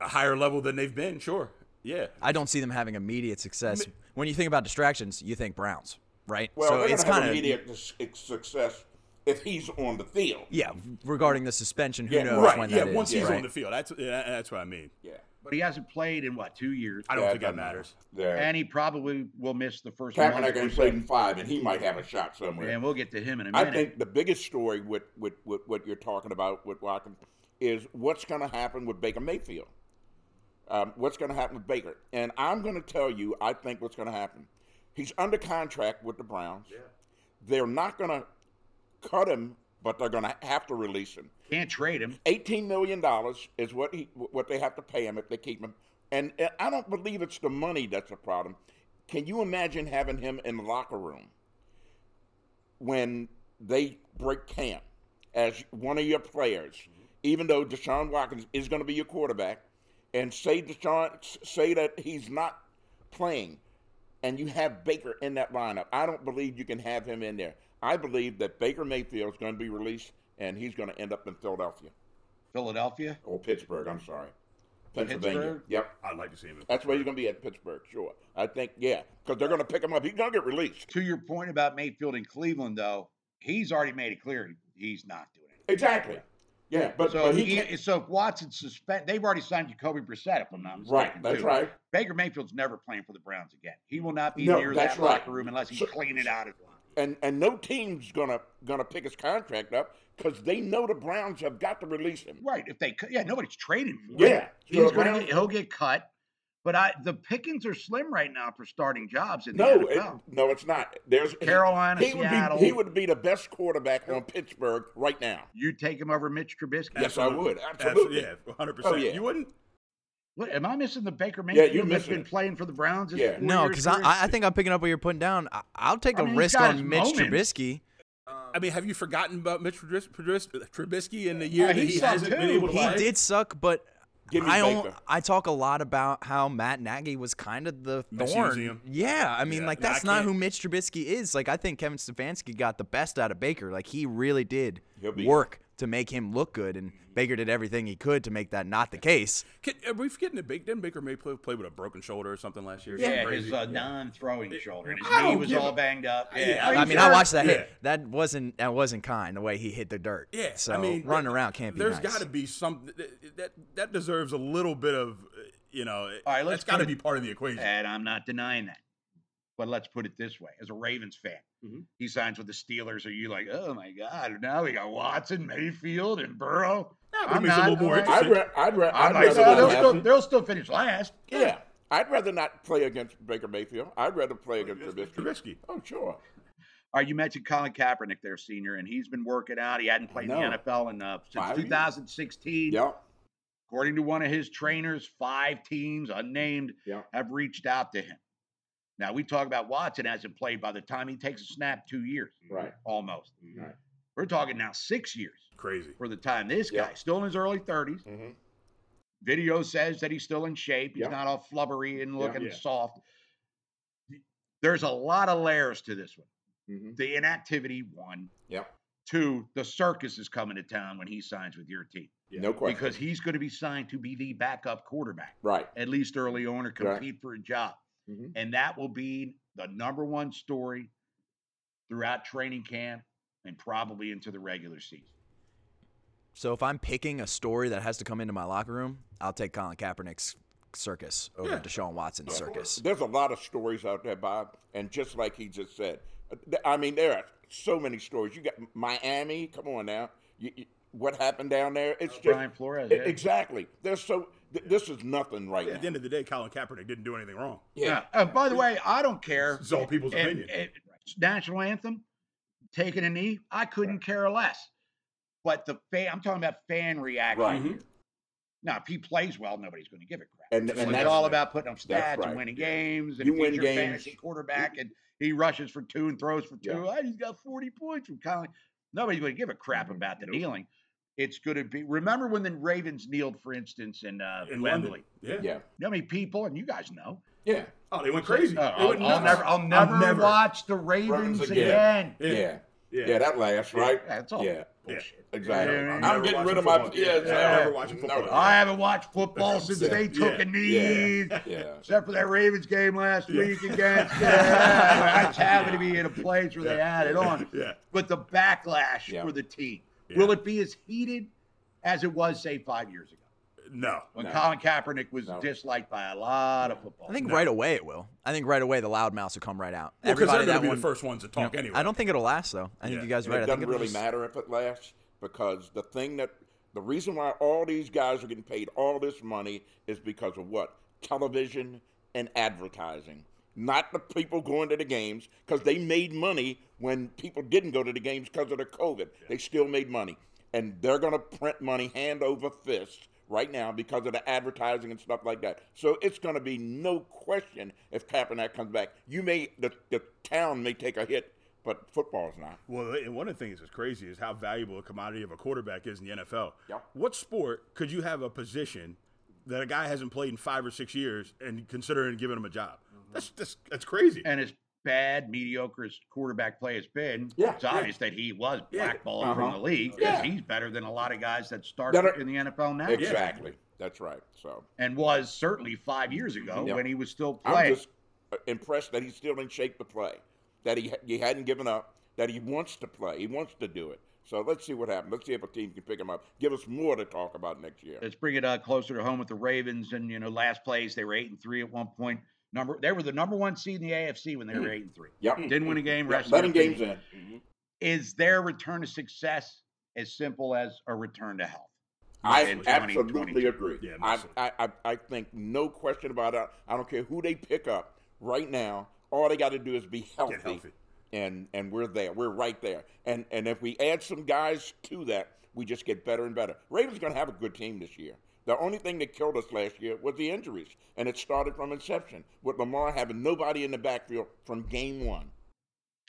A higher level than they've been, sure. Yeah. I don't see them having immediate success. When you think about distractions, you think Browns, right? Well, they're going to have kinda- immediate dis- success if he's on the field. yeah. Regarding the suspension, who Yeah, knows Right, when yeah. that is? Once he's right? on the field, that's yeah, that's what I mean. Yeah. but he hasn't played in what two years I don't Yeah, think that doesn't matter. matters. Yeah. and he probably will miss the first month Kaepernick or ain't so. played in five, and he might have a shot somewhere. And we'll get to him in a I minute. think the biggest story with, with, with what you're talking about with Watkins is what's going to happen with Baker Mayfield. Um, what's going to happen with Baker? And I'm going to tell you, I think what's going to happen. He's under contract with the Browns. They're not going to cut him, but they're going to have to release him. Can't trade him. Eighteen million dollars is what he what they have to pay him if they keep him. And uh, I don't believe it's the money that's the problem. Can you imagine having him in the locker room when they break camp as one of your players, even though Deshaun Watkins is going to be your quarterback, and say Deshaun say that he's not playing, and you have Baker in that lineup? I don't believe you can have him in there. I believe that Baker Mayfield is going to be released, and he's going to end up in Philadelphia. Philadelphia. Or Pittsburgh, I'm sorry. Pennsylvania. Pittsburgh? Yep. I'd like to see him. in- That's where he's going to be at Pittsburgh, sure. I think, yeah, because they're going to pick him up. He's going to get released. To your point about Mayfield and Cleveland, though, he's already made it clear he's not doing it. Exactly. Yeah, but, So but he he- can't. so if Watson suspend, they've already signed Jacoby Brissett, if I'm not mistaken. Right, that's too. right. Baker Mayfield's never playing for the Browns again. He will not be No, near that's that right. locker room unless he So- clean it out of the locker. And and no team's going to going to pick his contract up because they know the Browns have got to release him. Right. If they cut, yeah, nobody's trading for him. Yeah. so He's the gonna Browns- get, he'll get cut. But I the pickings are slim right now for starting jobs in the No, it- NFL. no, it's not. There's Carolina, He would Seattle. be he would be the best quarterback on Pittsburgh right now. you take him over Mitch Trubisky. Yes, I Absolutely. would Absolutely, absolutely. Yeah, hundred Oh, percent. yeah. You wouldn't. What am I missing? The Baker you're Mayfield that's missing been it. playing for the Browns. his Yeah. four No, years because I, here? I think I'm picking up what you're putting down. I, I'll take I a mean, he's risk got his on Mitch moments. Trubisky. I mean, have you forgotten about Mitch Trubis- Trubis- Trubisky in the year Uh, that he he sucked hasn't been too. able to He play? did suck, but Give me I don't, Baker. I talk a lot about how Matt Nagy was kind of the Messy thorn. museum. Yeah, I mean, Yeah. like No, I that's not can't- who Mitch Trubisky is. Like I think Kevin Stefanski got the best out of Baker. Like he really did He'll be- work to make him look good, and Baker did everything he could to make that not the case. Can, are we forgetting that Baker, didn't Baker May play, play with a broken shoulder or something last year? Yeah, Something his crazy. uh, non-throwing shoulder. and His I knee don't was give all a- banged up. Yeah, Yeah, Are I you mean, sure? I watched that Yeah. hit. That wasn't that wasn't kind the way he hit the dirt. Yeah, so I mean, running th- around can't be. There's nice. got to be some that, that that deserves a little bit of uh, you know. All right, let's that's got to put be it- part of the equation. And I'm not denying that. But let's put it this way: as a Ravens fan, Mhm. he signs with the Steelers. Are you like, oh my god, now we got Watson, Mayfield, and Burrow? That would I'm make it a not- little more I- I'd, interesting. ra- I'd, ra- I'm I'd like, rather "Oh, that they'll, still, happen. they'll still finish last. Yeah, I'd rather not play against Baker Mayfield. I'd rather play against Trubisky. Trubisky. Oh, sure. All right, you mentioned Colin Kaepernick, their senior, and he's been working out. He hadn't played in know. the NFL in uh, since Five years. 2016. Yep. According to one of his trainers, five teams, unnamed, Yeah. have reached out to him. Now, we talk about Watson hasn't played by the time he takes a snap, two years Right. Mm-hmm. almost. Right. We're talking now six years Crazy. for the time this Yeah. guy, still in his early 30s. Mhm. Video says that he's still in shape. He's Yeah. not all flubbery and Yeah. looking Yeah. soft. There's a lot of layers to this one. Mhm. The inactivity, one. Yep. Two, the circus is coming to town when he signs with your team Yeah. No question. because he's going to be signed to be the backup quarterback, right. at least early on, or Right. compete for a job. Mhm. And that will be the number one story throughout training camp and probably into the regular season. So if I'm picking a story that has to come into my locker room, I'll take Colin Kaepernick's circus over Yeah. Deshaun Watson's circus. There's a lot of stories out there, Bob, and just like he just said, th- I mean, there are so many stories. You got Miami. Come on now, you, you, what happened down there? It's just Uh, Brian Flores, E- yeah. Exactly. There's so th- this is nothing right At the now. end of the day, Colin Kaepernick didn't do anything wrong. Yeah. And Uh, by the way, I don't care. It's all people's And- opinion. and national anthem, taking a knee, I couldn't care less. But the fan, I'm talking about fan reaction. Right. here. Now, if he plays well, nobody's going to give a crap. And, So and it's that's all about putting up stats that's right. and winning games. And You if he's win your games. fantasy quarterback and he rushes for two and throws for two. Yeah. Mm-hmm. Oh, he's got 40 points from Colin. Nobody's going to give a crap about the kneeling. It's going to be. Remember when the Ravens kneeled, for instance, in, uh, In Wembley? London. Yeah. yeah, You know how many people, and you guys know. yeah, Oh, they went crazy. No, They went Uh, I'll, I'll nuts. never, I'll never watch the Ravens again. again. yeah, Yeah. yeah. that lasts, right? Yeah, it's all Yeah, bullshit. exactly. Yeah, I'm, yeah, yeah. getting Never rid of my watching yeah. football. it's- Yeah, never uh, watching no, football. I haven't watched football since Yeah, they took yeah, a knee, yeah, except for that Ravens game last Yeah. week against. uh, Yeah, I just happened to be in a place where they had it on. Yeah. But the backlash Yeah. for the team Yeah. will it be as heated as it was, say, five years ago No. when No. Colin Kaepernick was No. disliked by a lot of football. I think right away it will. I think right away the loudmouths will come right out. Because Everybody they're going that to be one- the first ones to talk Yeah. anyway. I don't think it'll last though. I think Yeah. you guys are And right. It I think doesn't it'll really just- matter if it lasts because the thing that the reason why all these guys are getting paid all this money is because of what television and advertising, not the people going to the games because they made money when people didn't go to the games because of the COVID. They still made money, and they're going to print money hand over fist right now because of the advertising and stuff like that. So it's going to be no question if Kaepernick comes back. You may the, the town may take a hit, but football's not. Well, and one of the things that's crazy is how valuable a commodity of a quarterback is in the NFL. Yep. What sport could you have a position that a guy hasn't played in five or six years and considering giving him a job? That's, that's that's crazy. and as bad, mediocre as quarterback play has been, Yeah, it's yeah. obvious that he was Yeah. blackballed Uh-huh. from the league Yeah. because he's better than a lot of guys that start That are- in the NFL now Exactly. That's right. So and was certainly five years ago Yeah. when he was still I'm playing. just uh, impressed that he's still in shape to play, that he he hadn't given up, that he wants to play, he wants to do it. So let's see what happens. Let's see if a team can pick him up. Give us more to talk about next year. Let's bring it uh, closer to home with the Ravens. And you know, last place they were eight and three at one point. Number they were the number one seed in the AFC when they were eight and three. Yep. Didn't win a game. Yep, Rest of their Eleven games team. in. Is their return to success as simple as a return to health? I in 2022. absolutely agree. Yeah, I, absolutely. I, I, I think no question about it. I don't care who they pick up right now. All they got to do is be healthy, Get healthy. and and we're there. We're right there. And and if we add some guys to that, we just get better and better. Ravens going to have a good team this year. The only thing that killed us last year was the injuries, and it started from inception with Lamar having nobody in the backfield from game one.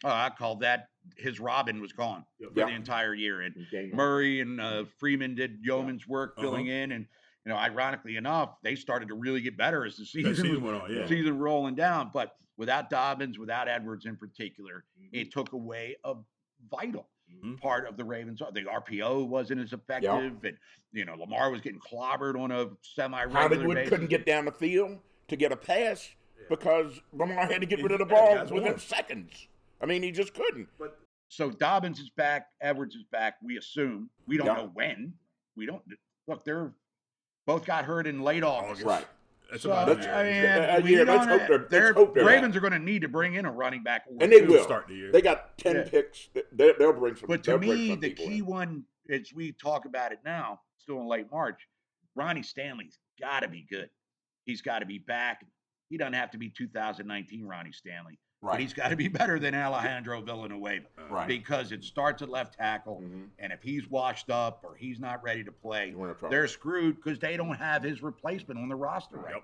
Oh, I called that his Robin was gone for Yeah. the entire year, and Game Murray and uh, Freeman did yeoman's work Uh-huh. filling in, and you know, ironically enough, they started to really get better as the season, That season was- went on, yeah. season rolling down. But without Dobbins, without Edwards in particular, Mm-hmm. it took away a vital Mhm. part of the Ravens. The RPO wasn't as effective, and you know, Lamar was getting clobbered on a semi-regular Hollywood basis. couldn't get down the field to get a pass because Lamar had to get rid of the Yeah, ball guys, within won. seconds. I mean, he just couldn't. so Dobbins is back, Edwards is back. We assume we don't Yeah. know when. We don't look. They're both got hurt in late August. Right. That's So, about Let's- it. I mean, Yeah, we yeah, let's don't- hope they're- let's they're- hope they're Ravens are going to need to bring in a running back. or And they two. Good will. start to the year. They got 10 Yeah. picks. They, they'll bring some. But they'll to bring me, some the people key in. one is we talk about it now. still in late March. Ronnie Stanley's got to be good. He's got to be back. He doesn't have to be 2019 Ronnie Stanley, but Right. he's got to be better than Alejandro Villanueva Right. because it starts at left tackle. Mm. Mhm. And if he's washed up or he's not ready to play, You're in trouble. they're screwed because they don't have his replacement on the roster right Yep.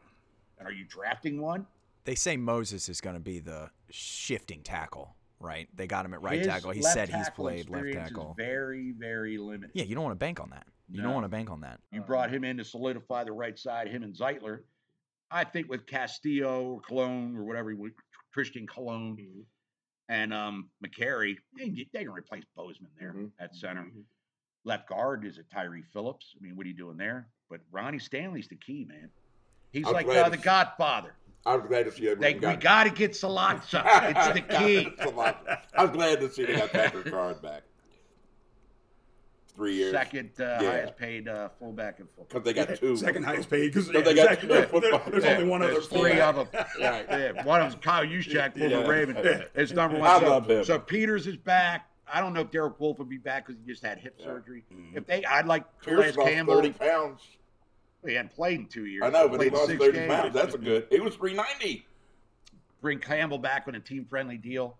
now. Are you drafting one? They say Moses is going to be the shifting tackle, right? They got him at right His tackle. He left said he's tackle played left experience is tackle. very, very limited. Yeah, you don't want to bank on that. You No. don't want to bank on that. You brought him in to solidify the right side, him and Zeitler. I think with Castillo or Cologne or whatever he would, Christian Cologne and um, McCary, they can, get- they can replace Bozeman there Mhm. at center. Left guard is a Tyree Phillips. I mean, what are you doing there? But Ronnie Stanley's the key, man. He's I'm like glad uh, the it's- Godfather. I was glad to see They, everyone we got. got to get Salazza. It's the key. Solange. I was glad to see they got Patrick Card back. Three years. Second uh, Yeah. highest paid uh, fullback in football. Because they got two. Second highest paid because they got there's football. only one There's other three fullback. of them. Right. Yeah, one of them's Kyle Juszczyk, former Yeah. Raven. It's number one. I so, love him. So Peters is back. I don't know if Derek Wolf will be back because he just had hip surgery. Mm-hmm. If they, I'd like Calais Pierce lost Campbell. thirty pounds. He hadn't played in two years. I know, but he Played lost six thirty games. pounds. That's a good. He was three ninety. Bring Campbell back on a team-friendly deal.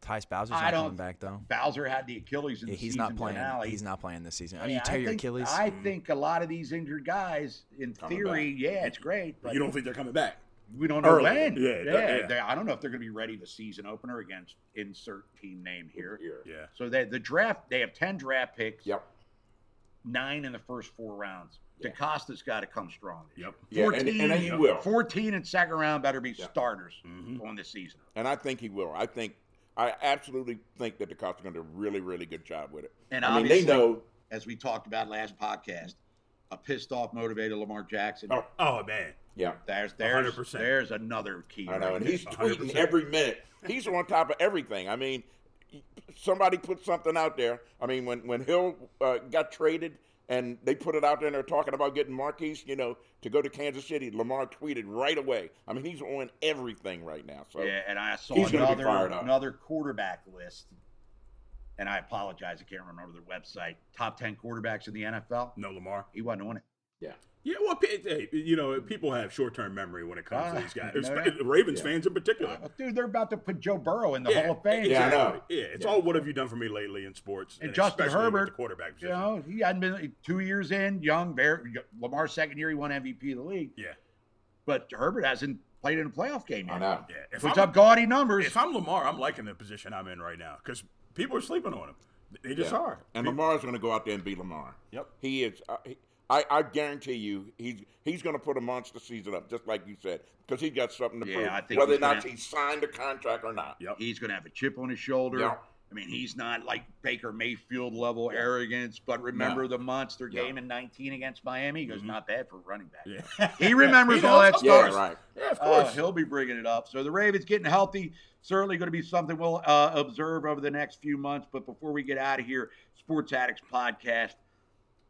Tyus Bowser's I not don't- coming back though. Bowser had the Achilles in Yeah, the he's season not playing. finale. He's not playing this season. I mean, Yeah, you tear your think- Achilles. I think a lot of these injured guys, in Coming theory, yeah, it's great. But You don't think they're coming back? We don't know Early. when. Yeah, that- yeah. they- I don't know if they're going to be ready to season opener against insert team name here. Yeah. So they, the draft, they have ten draft picks, Yep. nine in the first four rounds. Yeah. DaCosta's got to come strong. Yep. Yeah, and, and he will. Fourteen and second round better be Yeah. starters Mhm. on this season. And I think he will. I think I absolutely think that the Cops are going to do a really, really good job with it. And I mean, obviously, they know. as we talked about last podcast, a pissed off, motivated Lamar Jackson. Oh. Oh man. Yeah, There's there's 100%. there's another key. I know. right And there. he's tweeting 100%. every minute. He's on top of everything. I mean, somebody put something out there. I mean, when when Hill uh, got traded and they put it out there and they're talking about getting Marquise, you know, to go to Kansas City, Lamar tweeted right away. I mean, he's on everything right now. So yeah, and I saw he's gonna be another fired up. another quarterback list. And I apologize, I can't remember their website. Top ten quarterbacks in the NFL. No Lamar. He wasn't on it. Yeah, well, pe- hey, you know, people have short-term memory when it comes Ah, to these guys. no It's- Ravens Yeah. fans in particular. Uh, dude, they're about to put Joe Burrow in the Hall of Fame. Yeah, I know. exactly. Yeah, it's all what have you done for me lately in sports, And Justin especially with Herbert, the quarterback You position. know, he hadn't been two years in, young, very, Lamar's second year, he won MVP of the league. Yeah. But Herbert hasn't played in a playoff game I yet. know. yeah. If Puts I'm, up gaudy numbers. if I'm Lamar, I'm liking the position I'm in right now because people are sleeping on him. They just Yeah. are. And Lamar's going to go out there and be Lamar. Yep. He is. I, he- I, I guarantee you, he's he's going to put a monster season up, just like you said, because he's got something to Yeah, prove, I think whether or he's gonna not have- he signed a contract or not. Yep. He's going to have a chip on his shoulder. Yeah. I mean, he's not like Baker Mayfield level arrogance, but remember the monster Yeah. game in 19 against Miami? He goes, Mhm. not bad for a running back. Yeah. He remembers He all knows, that of Yeah, stuff. course. right. yeah, of Uh, course. he'll be bringing it up. So the Ravens getting healthy certainly going to be something we'll uh, observe over the next few months. But before we get out of here, Sports Addicts podcast,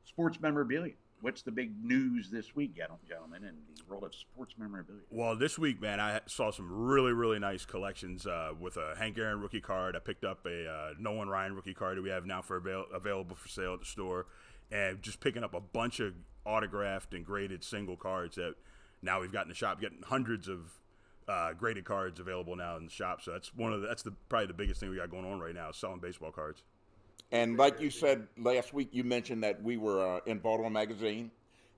sports memorabilia. What's the big news this week, gen- gentlemen, in the world of sports memorabilia? Well, this week, man, I saw some really, really nice collections uh, with a Hank Aaron rookie card. I picked up a uh, Nolan Ryan rookie card that we have now for avail- available for sale at the store, and just picking up a bunch of autographed and graded single cards that now we've got in the shop. Getting hundreds of uh, graded cards available now in the shop. So that's one of the, that's the probably the biggest thing we got going on right now is selling baseball cards. And like you said last week, you mentioned that we were uh, in Baltimore Magazine,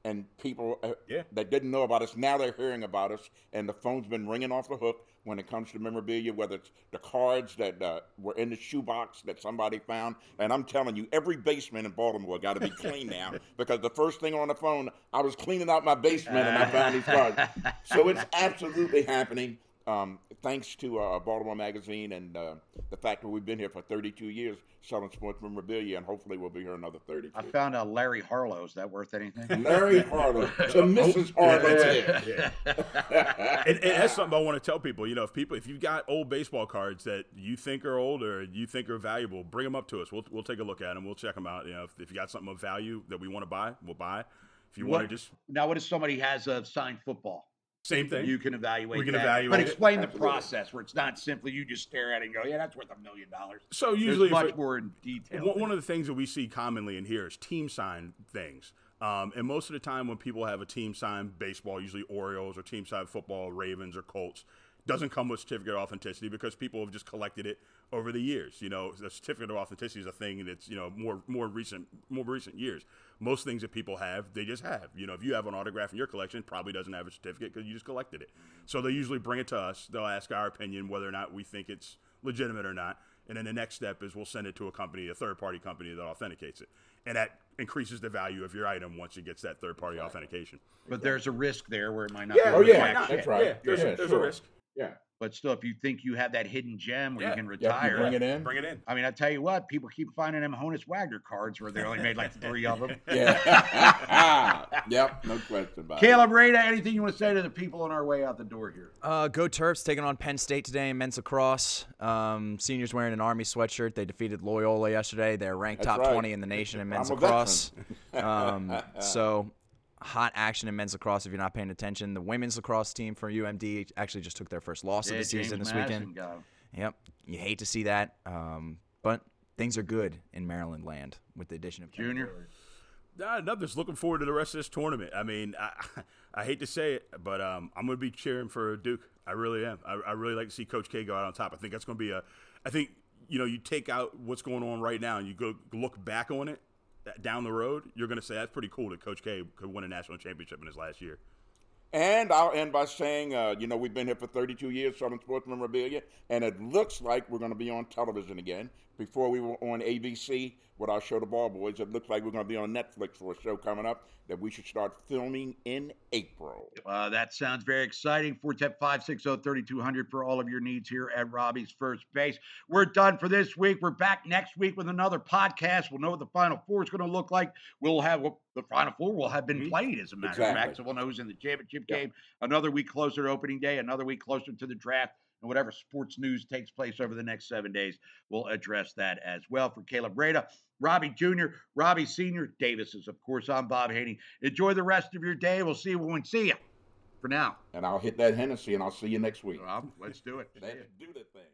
and people uh, Yeah. that didn't know about us now they're hearing about us, and the phone's been ringing off the hook when it comes to memorabilia, whether it's the cards that uh, were in the shoebox that somebody found. And I'm telling you, every basement in Baltimore got to be clean now because the first thing on the phone, I was cleaning out my basement and I found these cards. So it's absolutely happening. Um, thanks to uh, Baltimore Magazine and uh, the fact that we've been here for 32 years selling sports memorabilia, and hopefully we'll be here another 32. I found a Larry Harlow. Is that worth anything? Larry Harlow to Mrs. Oh, Oh, Harlow. Taylor. and, and that's something I want to tell people. You know, if people, if you've got old baseball cards that you think are old or you think are valuable, bring them up to us. We'll, we'll take a look at them. We'll check them out. You know, if, if you got something of value that we want to buy, we'll buy. If you want What- to just now, what if somebody has a signed football? same thing. You can evaluate. We can that. But evaluate it. explain the Absolutely. process where it's not simply you just stare at it and go, "Yeah, that's worth a million dollars." so There's usually, if much it- more in detail. one, one of the things that we see commonly in here is team sign things. Um, and most of the time, when people have a team signed baseball, usually Orioles or team signed football, Ravens or Colts, doesn't come with certificate of authenticity because people have just collected it over the years. You know, the certificate of authenticity is a thing that's you know more more recent more recent years. Most things that people have, they just have. You know, if you have an autograph in your collection, it probably doesn't have a certificate because you just collected it. So they usually bring it to us. They'll ask our opinion whether or not we think it's legitimate or not. And then the next step is we'll send it to a company, a third party company that authenticates it. And that increases the value of your item once it gets that third party authentication. But there's a risk there where it might not. be Oh, worth yeah, jack that's shit. right. Yeah, there's, Yeah, there's sure. a risk. Yeah. But still, if you think you have that hidden gem where Yeah. you can Yeah, if you retire, bring it in. Bring it in. I mean, I tell you what, people keep finding them Honus Wagner cards where they only made like three of them. Yeah. yep. No question about it. Caleb Rada, anything you want to say to the people on our way out the door here? Uh, go Terps taking on Penn State today in men's lacrosse. Um, seniors wearing an Army sweatshirt. They defeated Loyola yesterday. They're ranked That's top right. 20 in the nation in men's I'm a lacrosse. um, so hot action in men's lacrosse if you're not paying attention. The women's lacrosse team for UMD actually just took their first loss of Yeah, the season James this Madison weekend. got 'em. Yep. You hate to see that. Um, but things are good in Maryland land with the addition of Kevin Junior? Willard. Nah, I'm just looking forward to the rest of this tournament. I mean, I, I hate to say it, but um, I'm going to be cheering for Duke. I really am. I, I really like to see Coach K go out on top. I think that's going to be a. I think you know you take out what's going on right now and you go look back on it uh, down the road. You're going to say that's pretty cool that Coach K could win a national championship in his last year. And I'll end by saying, uh, you know, we've been here for 32 years, Southern Sports Memorabilia, and it looks like we're going to be on television again. Before we were on ABC with our show, The Ball Boys, it looks like we're going to be on Netflix for a show coming up that we should start filming in April. Uh, that sounds very exciting. 410-560-3200 oh, for all of your needs here at Robbie's First Base. We're done for this week. We're back next week with another podcast. We'll know what the Final Four is going to look like. We'll have well, the Final Four will have been played, as a matter of Exactly. fact. So we'll know who's in the championship game. Another week closer to opening day. Another week closer to the draft. And whatever sports news takes place over the next seven days, we'll address that as well. For Caleb Rada, Robbie Jr., Robbie Sr., Davises, of course, I'm Bob Haney. Enjoy the rest of your day. We'll see you when we see you for now. And I'll hit that Hennessy, and I'll see you next week. Well, let's do it. Let's do the thing.